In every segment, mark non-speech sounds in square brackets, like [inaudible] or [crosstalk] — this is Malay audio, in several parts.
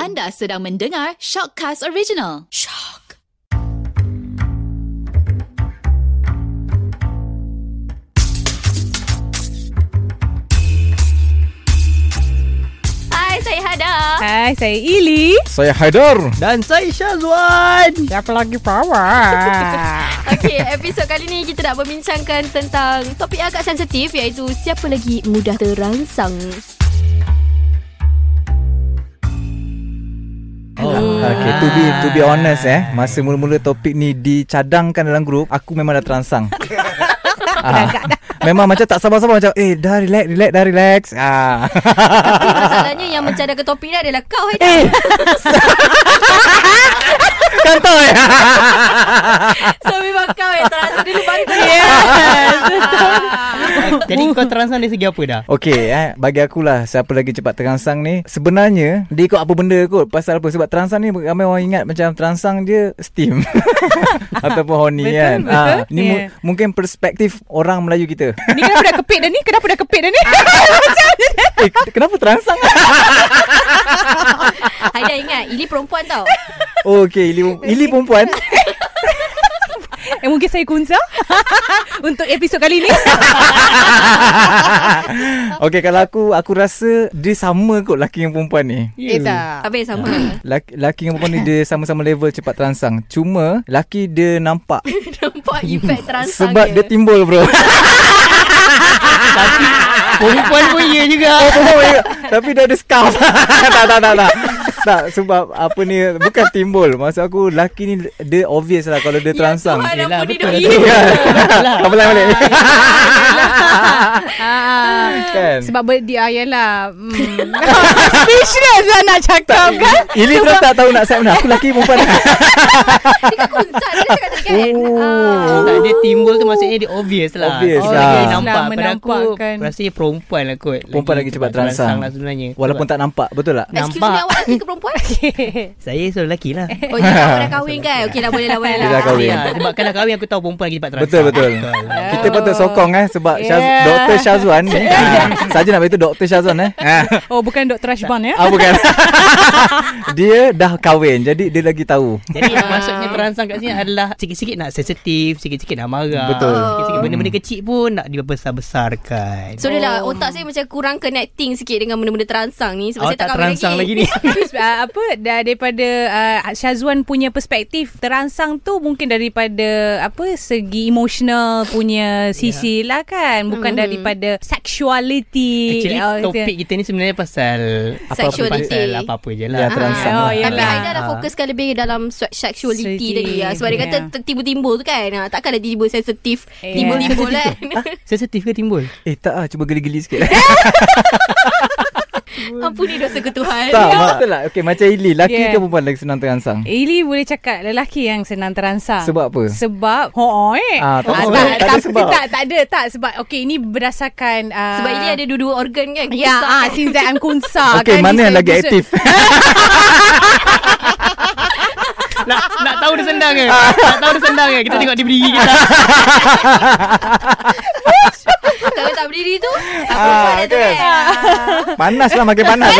Anda sedang mendengar Shockcast Original. Shock. Hai, saya Hada. Hai, saya Ili. Saya Haidar. Dan saya Syazwan Siapa lagi [laughs] power? Okey, episod kali ni kita nak berbincangkan tentang topik yang agak sensitif iaitu siapa lagi mudah terangsang. Oh. Okay, to be to be honest eh, masa mula-mula topik ni dicadangkan dalam grup, aku memang dah terangsang. [laughs] ah, memang macam tak sabar-sabar macam eh dah relax relax dah relax. Ah. [laughs] Tapi masalahnya yang mencadangkan topik ni adalah kau, Haida. Eh. Kantor eh. [laughs] So memang kau yang terasa dulu baru kau. Eh. [laughs] Jadi kau terangsang dari segi apa [laughs] dah? Okey eh bagi akulah siapa lagi cepat terangsang ni sebenarnya dia ikut apa benda kot pasal apa sebab terangsang ni ramai orang ingat macam terangsang dia steam [laughs] ataupun horny Betul, kan. betul. Ah, ni Yeah. yeah. mu- mungkin perspektif orang Melayu kita. [laughs] ni kenapa dah kepit dah ni? Kenapa dah kepit [laughs] dah ni? eh kenapa terangsang? Haida ingat, Ili perempuan tau. Oh, okay, Ili, Ili perempuan. [laughs] eh, mungkin saya kunsa [laughs] untuk episod kali ni. okay, kalau aku, aku rasa dia sama kot lelaki dengan perempuan ni. Eh Ah. tak. Habis sama. Laki, laki dengan perempuan ni dia sama-sama level cepat terangsang. Cuma, laki dia nampak. Nampak efek terangsang Hmm. sebab dia timbul bro. [laughs] Perempuan pun ya juga oh my God. Tapi dia ada scarf. [laughs] tak, tak, tak, tak. Tak, sebab apa ni, bukan timbul. Maksud aku, laki ni dia obvious lah kalau dia terangsang. [laughs] Tuhan Yelah, ampuni betul lah doi. tu. Ya. Kau belang balik. [laughs] Ah, Kan? sebab ber, dia ayalah. Hmm. [laughs] Speechless lah nak cakap [laughs] kan. Ili terus tak tahu nak set mana. Aku lelaki perempuan. Dia kan kuncat Dia cakap tadi kan Oh. tak, dia timbul tu maksudnya dia obvious lah Obvious oh, lah. Dia Obvious nampak lah, Pada aku menampakkan. Rasa dia perempuan lah kot Perempuan lagi cepat terangsang lah sebenarnya Walaupun tak nampak Betul tak? Ah, Excuse me nampak. awak lelaki ke [laughs] perempuan Saya seorang lelaki [laughs] lah Oh jadi awak dah kahwin kan Okey lah boleh lah boleh lah Dia dah kahwin. Ya, sebab kalau kahwin aku tahu perempuan lagi cepat Betul terangsang betul. Kita patut sokong eh sebab yeah. Syaz, Yeah. Dr. Syazwan ni. Ah, Saja nak beritahu Dr. Syazwan eh. Ah, Oh, bukan Dr. Ashban ya? ah bukan. [laughs] dia dah kahwin jadi dia lagi tahu. Jadi Ah. maksudnya terangsang kat sini adalah Sikit-sikit nak sensitif Sikit-sikit nak marah Betul. Hmm. Sikit-sikit benda-benda kecil pun Nak dibesar-besarkan So dia Oh. lah otak saya macam kurang connecting sikit Dengan benda-benda terangsang ni Sebab Awak saya tak tak kahwin terangsang lagi [laughs] ni Terus, uh, apa dah daripada uh, Syazwan punya perspektif terangsang tu mungkin daripada apa segi emotional punya sisi Ya. lah kan bukan Mhm. daripada sexuality Actually oh, itu. topik kita ni sebenarnya pasal Apa-apa Sexuality. pasal apa-apa je lah Ya, terangsang. Ah, lah. oh, ya. Tapi Yelah. Haida dah Ah. fokuskan lebih dalam se- sexuality Sexuality. tadi ah. Sebab dia kata Yeah. ter- timbul-timbul tu kan Ah, Takkan dah tiba sensitif Yeah. [laughs] Timbul-timbul kan Ah, Sensitif ke timbul? Eh tak ah cuba geli-geli sikit. Ampuni dosa ke Tuhan [laughs] [laughs] tak betul lah. Okey macam Ili lelaki Yeah. Eh, yeah. ke perempuan lagi senang terangsang? Ili boleh cakap lelaki yang senang terangsang. Sebab apa? Sebab ho eh. Ah, tak apa. tak, Tak tak, ada sebab. tak tak ada tak sebab okey ini berdasarkan uh, Sebab ini ada dua-dua organ kan Ya, Kusam ah, kan? since that I'm kunsa [laughs] Okey kan, mana this yang lagi episode- aktif? [laughs] nak, nak tahu dia sendang [laughs] ke? nak tahu dia sendang ke? Kita Ah. tengok dia berdiri kita. [laughs] Kalau tak berdiri tu Apa-apa Ah, dah tu kan? kan panas lah makin panas.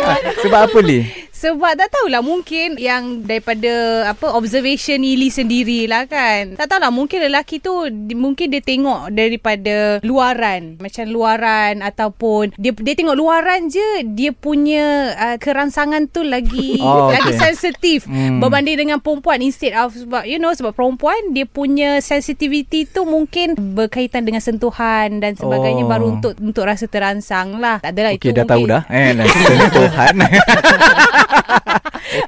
Ah, sebab apa Li? Sebab tak tahulah mungkin yang daripada apa observation Ili sendirilah kan. Tak tahulah mungkin lelaki tu di- mungkin dia tengok daripada luaran. Macam luaran ataupun dia dia tengok luaran je dia punya uh, kerangsangan tu lagi [laughs] Oh, lagi okay. sensitif Hmm. berbanding dengan perempuan instead of sebab you know sebab perempuan dia punya sensitivity tu mungkin berkaitan dengan sentuhan dan sebagainya Oh. baru untuk untuk rasa terangsang lah. Tak adalah itu Okey mungkin. dah tahu dah. Eh lah Tuhan. [laughs]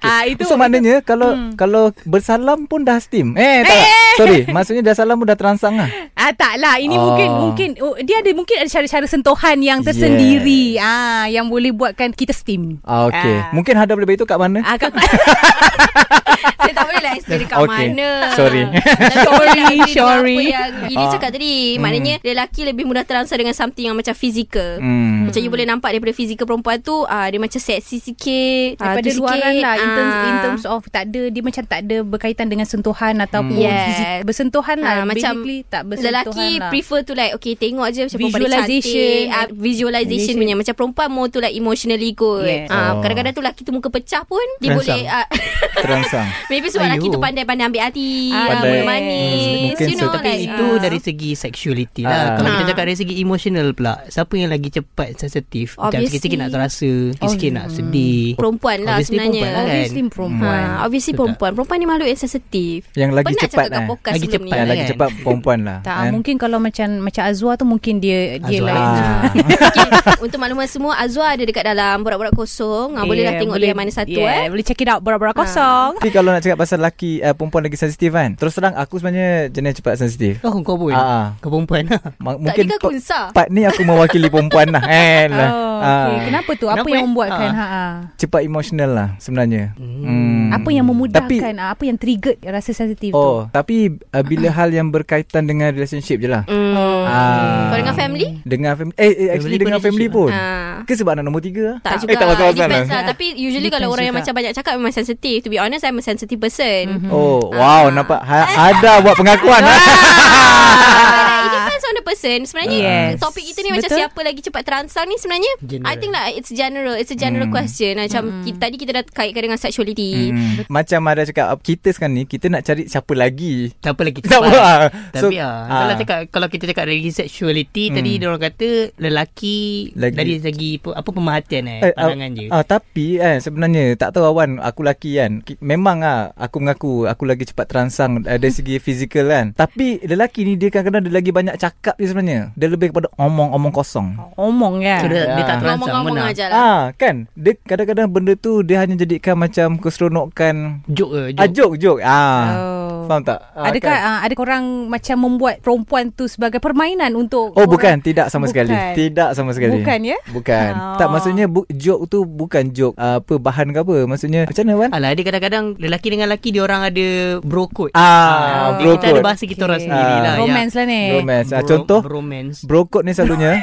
Ah itu so maknanya kalau hmm. kalau bersalam pun dah steam. Eh tak. tak. Sorry, maksudnya dah salam pun dah terangsang lah. Ah tak lah ini Ah. mungkin mungkin oh, dia ada mungkin ada cara-cara sentuhan yang tersendiri ah yang boleh [laughs] buatkan kita steam. Ah okey. Ah. Ah. [laughs] Mungkin Hada boleh beritahu kat mana? Ah kau Saya tak boleh lah explain dekat Okay. mana. Sorry. Tapi Sorry, dia nak agree dengan sorry. Apa yang Ili Ah. cakap tadi. Maknanya lelaki lebih mudah terangsang dengan something yang macam fizikal. Hmm. Macam you boleh nampak daripada fizikal perempuan tu ah dia macam seksi sikit. ah, Daripada tu luaran sikit, lah in terms, in ah. terms of Tak ada Dia macam tak ada Berkaitan dengan sentuhan Ataupun Yes. yeah. fizik, Bersentuhan Ah, lah macam Basically tak bersentuhan Lelaki lah prefer to like Okay tengok je Macam perempuan dia cantik Visualisation. ah, Visualization Visualisation. punya Macam perempuan more to like Emotionally good Yes. ah, Oh. Kadang-kadang tu lelaki tu muka pecah pun Dia Terangsang. boleh ah, [laughs] Terangsang. Maybe sebab Ayuh. lelaki tu pandai-pandai ambil hati Ah, ah, Pandai. Mula manis Mungkin you know, so. Tapi like, itu ah. dari segi sexuality Ah. lah. Kalau kita Ah. cakap dari segi emotional pula, siapa yang lagi cepat sensitif? Macam Obviously. Hmm. sikit-sikit nak terasa, sikit-sikit nak sedih. Perempuan lah Obviously sebenarnya perempuan lah kan? Obviously perempuan Ha, obviously Betul tak? perempuan Perempuan ni makhluk yang sensitif Yang lagi Pernah cepat cakap kat eh. podcast Lagi sebelum ni cepat Yang lagi kan? cepat perempuan lah. Tak kan? mungkin kalau macam Macam Azwa tu Mungkin dia Dia Eh? Azwa. lain lah. [laughs] Ah. okay, Untuk makluman semua Azwa ada dekat dalam Borak-borak kosong yeah, lah Bolehlah tengok dia yang mana satu ah, yeah, eh Boleh check it out Borak-borak kosong Tapi kalau nak cakap pasal lelaki uh, Perempuan lagi sensitif kan Terus terang aku sebenarnya Jenis cepat sensitif Oh kau pun? Ah. Kau perempuan lah. Ma- Tak Mungkin ada pa- aku unsah part ni aku mewakili perempuan lah Eh lah Oh, Ah. okay. Kenapa tu? Apa Kenapa, yang eh? membuatkan? Ah. Ha. Ha. Cepat emosional lah sebenarnya hmm. Apa yang memudahkan? Tapi ah, apa yang trigger rasa sensitif Oh, tu? tapi uh, bila hal yang berkaitan dengan relationship je lah. Hmm. Ah. Kau dengan family? Dengan family. Eh, eh actually Family dengan pun family relationship pun. Ah. Ke sebab anak nombor tiga? Tak juga Eh, tak It pasal-pasal depends lah. lah Tapi usually Depends kalau orang yang juga. macam banyak cakap Memang sensitif To be honest I'm a sensitive person mm-hmm. Oh, wow. Nampak. [laughs] Ha- ada buat pengakuan. ha? Ah. Ah. It depends on the person Sebenarnya Yes. Topik kita ni macam Betul. Siapa lagi cepat terangsang ni Sebenarnya General. I think lah It's general It's a general Hmm. question Macam kita, Tadi kita dah kaitkan dengan sexuality Hmm. Macam ada cakap Kita sekarang ni Kita nak cari siapa lagi Tak apa lagi cepat. Siapa lah Tapi ah, kalau ah, cakap kalau kita cakap dari sexuality Hmm. tadi dia orang kata lelaki Lagi- dari segi pe- apa pemerhatian eh, Eh, ah, pandangan je. ah, Tapi kan Sebenarnya Tak tahu Awan Aku lelaki kan Ki- Memang ah Aku mengaku Aku lagi cepat terangsang ah, Dari [laughs] segi fizikal kan Tapi lelaki ni Dia kadang-kadang Dia lagi banyak cakap je sebenarnya Dia lebih kepada Omong-omong kosong Omong kan? So, dia, Ah. dia tak terangsang Ngomong-ngomong mana. aja lah Ah kan dia kadang-kadang benda tu dia hanya jadikan macam keseronokan Joke ke? ah joke joke ah Oh. faham tak ah, Adakah kan? ah, ada korang macam membuat perempuan tu sebagai permainan untuk Oh korang- bukan tidak sama Bukan. sekali tidak sama sekali Bukan, ya? bukan Oh. tak maksudnya bu- joke tu bukan joke ah, apa bahan ke apa maksudnya macam mana Wan Alah dia kadang-kadang lelaki dengan lelaki dia orang ada bro code. ah Oh, bro Kita ada code bahasa kita orang Okay. sendiri lah. Romance lah ni. Ah. romance ah, contoh Romance. bro code ni [laughs] selalunya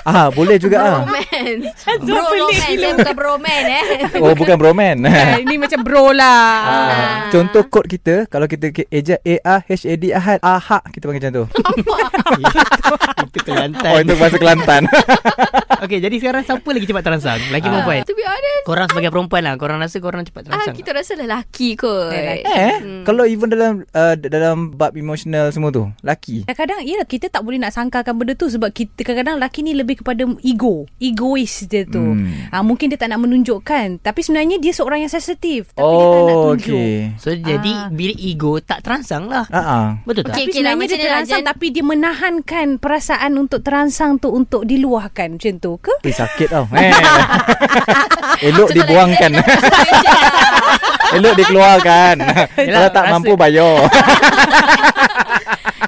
ah boleh juga ah [laughs] Romance Bro romance eh, Bukan bromance eh oh bukan broman [laughs] Ah, Ini macam bro lah. Ah. Contoh kod kita Kalau kita ke- eja A A H A D Ahad Ahak Kita panggil macam tu [laughs] Itu Kelantan. Oh itu bahasa Kelantan Okey, jadi sekarang siapa lagi cepat terangsang? Lelaki Ah, perempuan? To be honest Korang sebagai perempuan lah Korang rasa korang cepat Ah, terangsang kita rasa lelaki kot Lelaki. Eh, Hmm. kalau even dalam uh, d- dalam bab emosional semua tu, laki. Kadang-kadang yelah, kita tak boleh nak sangkakan benda tu sebab kita kadang-kadang lelaki ni lebih kepada ego. Egois dia tu. Hmm. Ah, mungkin dia tak nak menunjukkan. Tapi sebenarnya dia seorang yang sensitif. Eh, Tapi dia tak nak tunjuk. Oh, okey. So jadi Bila ego Tak terangsang lah Ah ah. Betul tak? Okey. Tapi okay lah, sebenarnya macam dia ni lah, terangsang Jen. tapi dia menahankan perasaan untuk terangsang tu untuk diluahkan macam tu ke? Eh sakit [laughs] tau. [laughs] Eh. Elok dibuangkan. [laughs] lah. Elok [laughs] dikeluarkan. Kalau tak rasa- mampu bayar.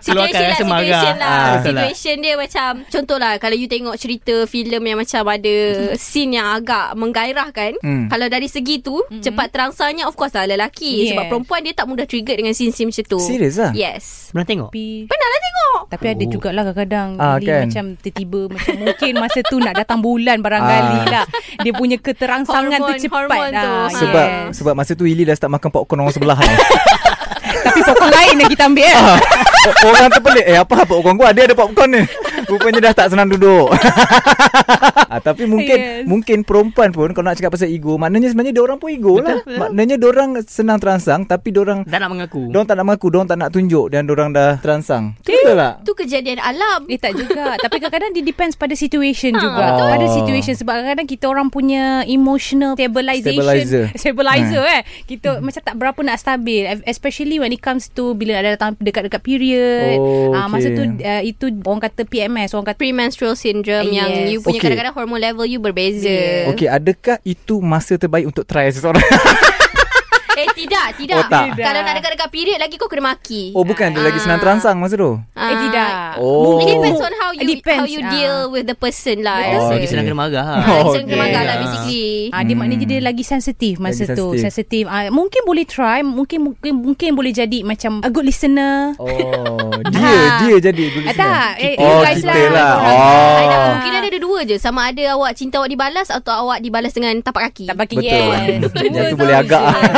Situation Keluarkan lah rasa marah. Situation lah Ah, betul lah. Situation dia macam Contohlah Kalau you tengok cerita filem yang macam ada Scene yang agak menggairahkan Hmm. Kalau dari segi tu Cepat terangsangnya Of course lah lelaki Yes. Sebab perempuan dia tak mudah trigger Dengan scene-scene macam tu Serius ah? Yes Pernah tengok? Tapi Pernah lah tengok Tapi ada Oh. jugalah kadang-kadang Ah, ah, kan? kan? macam tiba-tiba macam mungkin masa tu nak datang bulan barangkali Ah. lah. Dia punya keterangsangan Hormon- tu cepat hormon tu. dah. [laughs] Sebab Ah, Yes. sebab masa tu Ili dah start makan popcorn orang sebelah. tau. [laughs] Tapi pokok lain yang kita ambil eh. Ah. O- orang terpelik Eh apa popcorn gua Dia ada popcorn ni Rupanya dah tak senang duduk [laughs] ah, Tapi mungkin yes. Yes. Mungkin perempuan pun Kalau nak cakap pasal ego Maknanya sebenarnya Diorang pun ego betul, lah betul. Maknanya diorang senang terangsang Tapi diorang Dah nak mengaku Diorang tak nak mengaku Diorang tak nak tunjuk Dan diorang dah terangsang Itu betul tak? Tu kejadian alam Eh tak juga Tapi kadang-kadang dia depends pada Ah. situation juga betul. Pada situation Sebab kadang-kadang kita orang punya Emotional stabilization Stabilizer. Hmm. Stabilizer eh Kita macam tak berapa nak stabil Especially when it comes to Bila ada datang dekat-dekat period Oh, Ah, Masa okay. tu uh, Itu orang kata PMS Orang kata Premenstrual syndrome Yes. Yang you punya Okay. kadang-kadang Hormon level you berbeza [laughs] Okey, adakah itu masa terbaik untuk try seseorang? Eh Tidak, tidak. Oh, tak. Kalau nak dekat-dekat period lagi kau kena maki. Oh bukan Ada lagi Ah. senang terangsang masa tu Eh, tidak. Oh. It depends on how you Depends, how you ah. deal with the person lah. I Oh, Lagi okay. rasa. senang kena marah Ah, lah. Lagi senang Okay. kena marah lah Ah. basically. Ah, dia Hmm. maknanya dia lagi sensitif masa Lagi tu, sensitif. sensitif. Ah, mungkin boleh try, mungkin mungkin mungkin boleh jadi macam a good listener. [laughs] Oh Dia Ah. Dia jadi guru Ah, senang. tak, eh, Oh you guys kita lah. lah I Korang. nak Oh kemungkinan dia ada dua je. Sama ada awak cinta awak dibalas atau awak dibalas dengan tapak kaki. [laughs] Tak pakai Betul. yes. [laughs] Yang Dua tu boleh tahu agak. lah. je.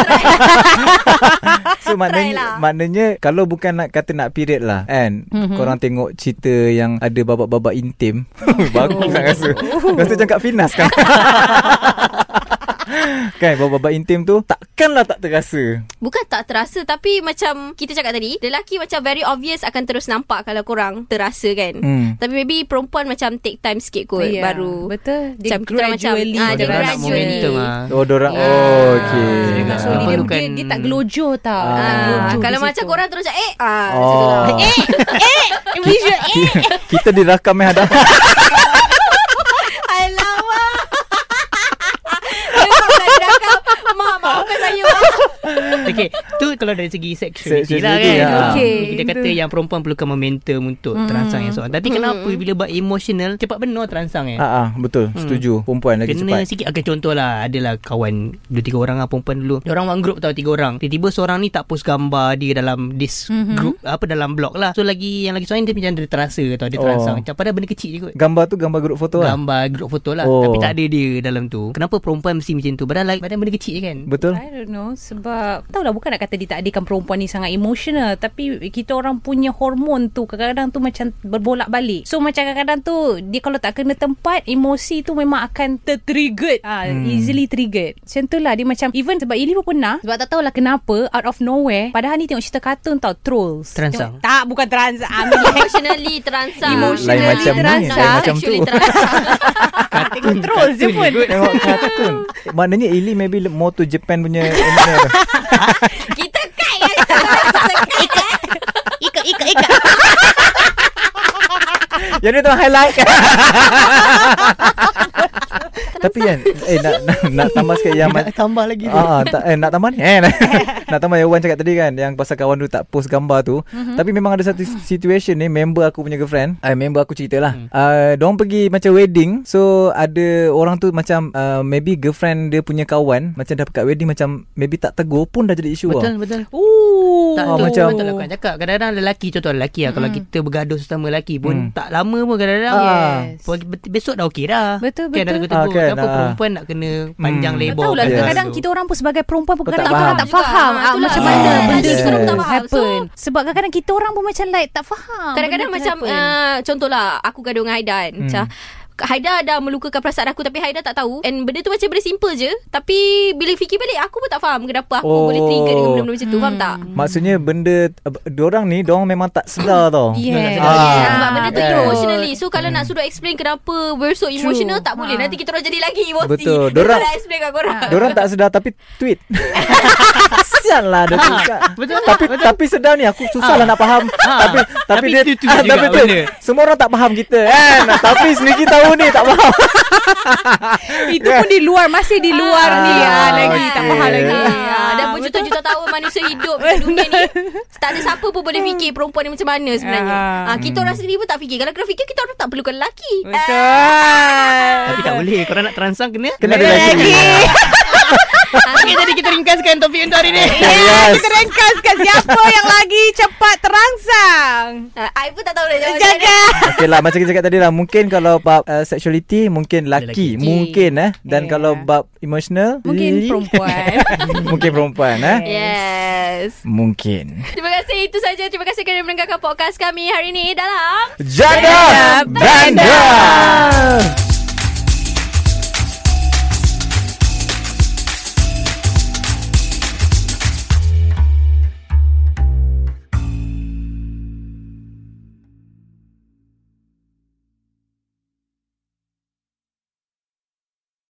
So maknanya lah. Maknanya Kalau bukan nak kata nak period lah Kan Mhm. mm-hmm. Korang tengok cerita Yang ada babak-babak intim [laughs] Oh. Bagus nak rasa Rasa macam Kak Finas [laughs] kan Kan babak-babak intim tu Takkanlah tak terasa Bukan tak terasa tapi macam kita cakap tadi, lelaki macam very obvious akan terus nampak kalau korang terasa kan. Hmm. Tapi maybe perempuan macam take time sikit kot Ya, baru. betul. Dia Macam kita gradually. macam, ah, dia Dia nak gradually. momentum lah. Oh dorang Ya. Oh okay Dia So, dia, Ah. dia, Perlukan- dia tak gelojoh tau. Ah. Dia tak Ah, gelojoh kalau di macam situ. korang terus eh ah macam tu lah. Oh. Eh [laughs] Visual, eh. Kita dirakam eh hadap alamak. [laughs] Tengok dah cakap Mak maafkan saya mak. [laughs] Okay Tu kalau dari segi Sexuality lah Sexuality, kan ya. Ah, Okey, Kita kata itu. yang perempuan Perlukan momentum Untuk terangsang Hmm. yang soal Tapi kenapa Bila buat emotional Cepat benar terangsang eh Ah, ah, betul Setuju Perempuan lagi Kena cepat sikit okay, Contoh lah Adalah kawan Dua tiga orang lah Perempuan dulu Diorang one group tau Tiga orang Tiba-tiba seorang ni Tak post gambar Dia dalam This mm-hmm. group Apa dalam blog lah So lagi Yang lagi soalnya Dia macam dia terasa tau Dia Oh. terangsang Macam padahal benda kecil je kot Gambar tu gambar grup foto lah Gambar group foto lah Oh. oh. Tapi tak ada dia dalam tu Kenapa perempuan mesti macam tu Padahal, like, padahal benda kecil je kan Betul I don't know sebab tahu lah bukan nak kata ditakdirkan perempuan ni sangat emotional tapi kita orang punya hormon tu kadang-kadang tu macam berbolak-balik. So macam kadang-kadang tu dia kalau tak kena tempat emosi tu memang akan tertriggered. Ah hmm. easily triggered. Macam tu lah dia macam even sebab Ili pun pernah sebab tak tahulah kenapa out of nowhere padahal ni tengok cerita kartun tau trolls. Tengok, Terangsang. tak bukan terangsang. Ambil [laughs] Emotionally terangsang. Emotionally Lain macam ni, terangsang. lain macam tu. Sexually [laughs] terangsang. tengok trolls je pun. [laughs] Tengok kartun Maknanya Ili maybe le- More to Japan punya anime tu. Kita kait [laughs] kan. Kita kait kan. Ikat ikat ikat. Yang dia tengah highlight Tapi kan Eh nak, nak, nak tambah sikit yang Nak tambah lagi tu Ah, ah, tak, eh, nak tambah ni eh, [laughs] nak- Nak tambah yang Wan cakap tadi kan Yang pasal kawan tu tak post gambar tu mm-hmm. Tapi memang ada satu situation ni Member aku punya girlfriend uh, Member aku cerita lah mm. uh, Diorang pergi macam wedding So ada orang tu macam uh, Maybe girlfriend dia punya kawan Macam dah dekat wedding Macam maybe tak tegur pun dah jadi isu lah. Betul betul Ooh. tak Oh, oh, tu macam- macam betul lah aku nak cakap Kadang-kadang lelaki Contoh lelaki lah Hmm. Kalau kita bergaduh Sesama lelaki pun Hmm. Tak lama pun kadang-kadang Ah. Yes. Pagi- bet- Besok dah okey dah Betul, Kan betul. ada tegur Ah, kan, Kenapa ah. perempuan nak kena Panjang Hmm. lebar Tahu lah Yes. kadang-kadang kita orang pun sebagai perempuan pun Kau tak kadang-kadang kita orang tak faham faham juga. ah, Ah, macam itulah. mana Ah, benda yes. tu Kita orang tak faham. happen. Sebab kadang-kadang kita orang pun macam like tak faham. Kadang-kadang benda tu macam happen. uh, Contohlah Aku gaduh dengan Haida kan Hmm. Macam Haida dah melukakan perasaan aku Tapi Haida tak tahu And benda tu macam benda simple je Tapi bila fikir balik Aku pun tak faham Kenapa aku Oh. boleh trigger Dengan benda-benda macam tu Hmm. Faham tak? Maksudnya benda uh, Diorang ni Diorang memang tak sedar tau Yes. Ah. Yeah, sebab benda tu yes. yeah. emotionally So kalau nak suruh explain Kenapa we're so emotional Tak boleh Ha. Nanti kita orang jadi lagi emosi Betul. Kita Dorang- nak explain kat korang Ah. Diorang tak sedar tapi tweet. [laughs] Kesian lah dia tweet. kat. Ah. betul lah, tapi tapi sedar ni aku susah lah nak faham. Tapi tapi tapi dia tweet ah, [laughs] juga tapi benda. tweet. Semua orang tak faham kita [laughs] kan. tapi sendiri tahu ni tak faham. [laughs] itu pun di luar masih di luar Ah, ni ah lagi okay. tak faham lagi. Ah, dah Ah, berjuta-juta tahun manusia hidup di dunia ni Tak ada siapa pun boleh fikir perempuan ni macam mana sebenarnya Ah. ah, Kita orang sendiri pun tak fikir Kalau kena fikir kita orang tak perlukan lelaki [laughs] Betul. Tapi tak boleh Korang nak terangsang kena Kena ada lagi. [laughs] Ah, Okay jadi kita ringkaskan Topik untuk hari ni Ya, Yes. kita ringkaskan siapa yang lagi cepat terangsang. Ah, I pun tak tahu dah jawapan Jaga. Okay lah macam kita cakap tadi lah Mungkin kalau bab uh, sexuality Mungkin laki Lelaki. Mungkin eh Yeah. Dan kalau bab emotional Mungkin perempuan. [laughs] Mungkin perempuan eh Yes Mungkin Terima kasih itu saja Terima kasih kerana mendengarkan podcast kami hari ini dalam Jaga Bandar